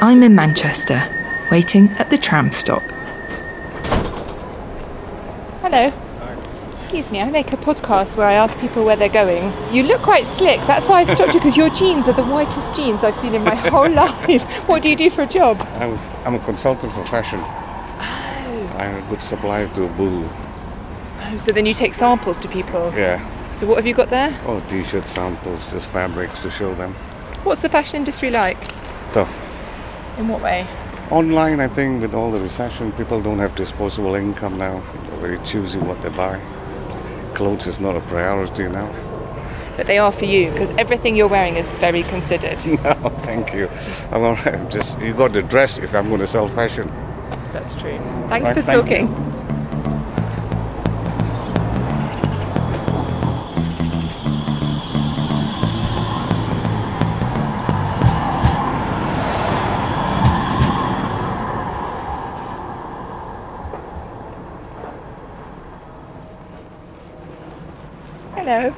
I'm in Manchester, waiting at the tram stop. Hello. Excuse me, I make a podcast where I ask people where they're going. You look quite slick. That's why I stopped you because your jeans are the whitest jeans I've seen in my whole life. What do you do for a job? I'm, I'm a consultant for fashion. I'm a good supplier to Boohoo. Oh, so then you take samples to people. Yeah. So what have you got there? Oh, t-shirt samples, just fabrics to show them. What's the fashion industry like? Tough. In what way? Online, I think, with all the recession, people don't have disposable income now. They're very choosy what they buy. Clothes is not a priority now. But they are for you because everything you're wearing is very considered. No, Oh, thank you. I'm all right. I'm just you got to dress if I'm going to sell fashion. That's true. Thanks Right, for thank talking. Hello.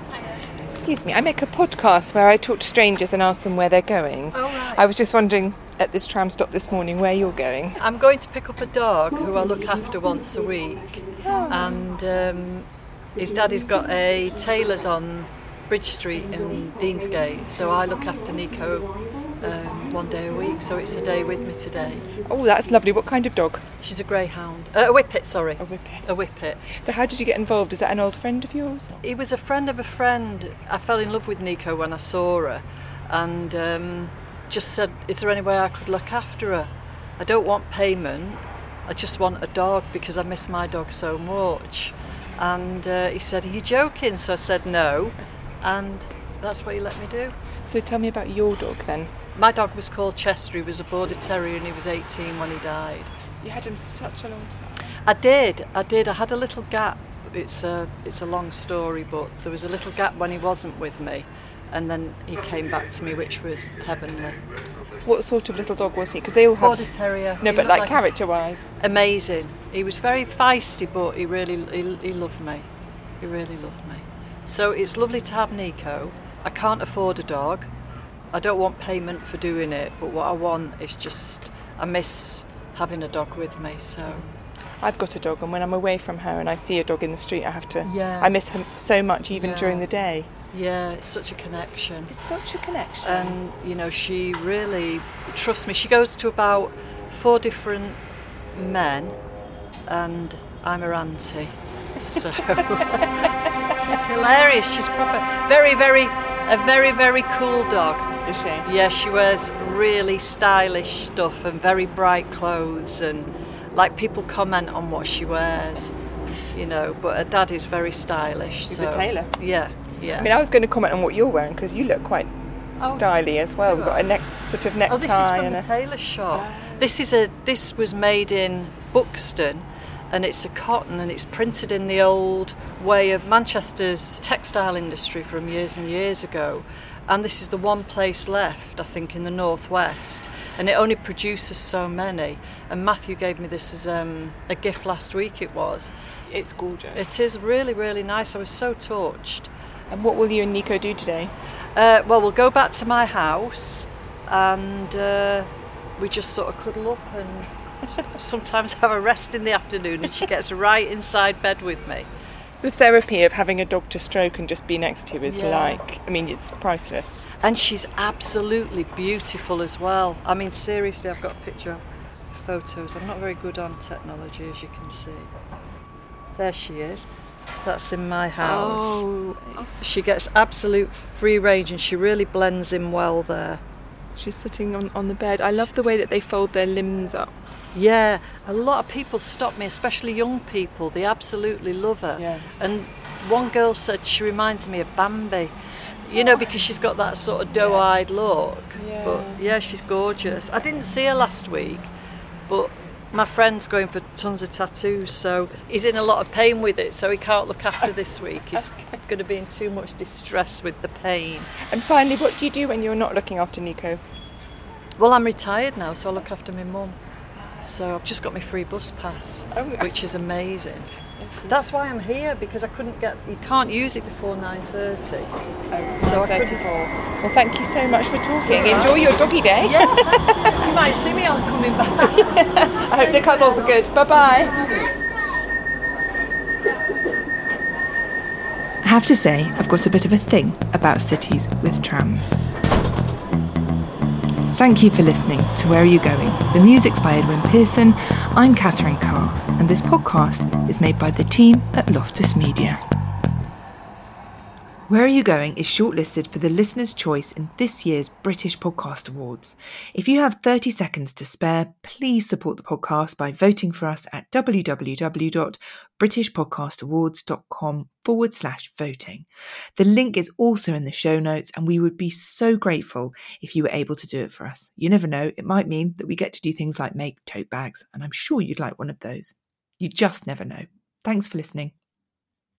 Excuse me, I make a podcast where I talk to strangers and ask them where they're going. Oh, right. I was just wondering at this tram stop this morning where you're going. I'm going to pick up a dog who I look after once a week, and um, his daddy's got a tailor's on Bridge Street in Deansgate, so I look after Nico um, one day a week. So it's a day with me today. Oh, that's lovely. What kind of dog? She's a greyhound, uh, a whippet, sorry, a whippet. a whippet. So, how did you get involved? Is that an old friend of yours? He was a friend of a friend. I fell in love with Nico when I saw her, and um, just said, "Is there any way I could look after her? I don't want payment. I just want a dog because I miss my dog so much." And uh, he said, "Are you joking?" So I said, "No," and that's what he let me do. So, tell me about your dog then. My dog was called Chester. He was a border terrier, and he was 18 when he died. You had him such a long time. I did. I did. I had a little gap. It's a it's a long story, but there was a little gap when he wasn't with me, and then he came back to me, which was heavenly. What sort of little dog was he? Because they all have. Border terrier. No, He but looked like, like a- character-wise. Amazing. He was very feisty, but he really he, he loved me. He really loved me. So it's lovely to have Nico. I can't afford a dog. I don't want payment for doing it, but what I want is just I miss having a dog with me. So. I've got a dog, and when I'm away from her and I see a dog in the street, I have to. Yeah. I miss him so much, even Yeah. during the day. Yeah, it's such a connection. It's such a connection. and you know she really trusts me she goes to about four different men and i'm her auntie so she's hilarious she's proper very very a very very cool dog is she? yeah she wears really stylish stuff and very bright clothes and like people comment on what she wears you know but her dad is very stylish He's a so- tailor. yeah yeah I mean, I was going to comment on what you're wearing because you look quite Oh. styly as well. We've got a neck sort of necktie Oh, this is from and the a, tailor shop. This is a. This was made in Buxton, and it's a cotton, and it's printed in the old way of Manchester's textile industry from years and years ago. And this is the one place left, I think, in the northwest, and it only produces so many. And Matthew gave me this as um, a gift last week. It was. it's gorgeous. It is really, really nice. I was so touched. and what will you and Nico do today? Uh, well, we'll go back to my house and uh, we just sort of cuddle up and s- sometimes have a rest in the afternoon and she gets right inside bed with me. The therapy of having a dog to stroke and just be next to is Yeah. like, I mean, it's priceless. And she's absolutely beautiful as well. I mean, seriously, I've got a picture of photos. I'm not very good on technology, as you can see. There she is. That's in my house. Oh. She gets absolute free range and she really blends in well there. She's sitting on, on the bed. I love the way that they fold their limbs up. Yeah, a lot of people stop me, especially young people. They absolutely love her. Yeah. And one girl said she reminds me of Bambi, you know, because she's got that sort of doe eyed look. Oh. Yeah. But yeah, she's gorgeous. I didn't see her last week, but my friend's going for tons of tattoos, so he's in a lot of pain with it, so he can't look after this week. He's going to be in too much distress with the pain. And finally, what do you do when you're not looking after Nico? Well, I'm retired now, so I look after my mum. So I've just got my free bus pass, Oh, yeah. which is amazing. That's why I'm here because I couldn't get. You can't use it before 9:30. So I couldn't- 34. Well, thank you so much for talking. Enjoy your doggy day. You might see me on coming back. I hope the cuddles are good. Bye bye. I have to say, I've got a bit of a thing about cities with trams. Thank you for listening to Where Are You Going? The music's by Edwin Pearson. I'm Catherine Carr, and this podcast is made by the team at Loftus Media. Where Are You Going is shortlisted for the listener's choice in this year's British Podcast Awards. If you have 30 seconds to spare, please support the podcast by voting for us at www.britishpodcastawards.com forward slash voting. The link is also in the show notes, and we would be so grateful if you were able to do it for us. You never know, it might mean that we get to do things like make tote bags, and I'm sure you'd like one of those. You just never know. Thanks for listening.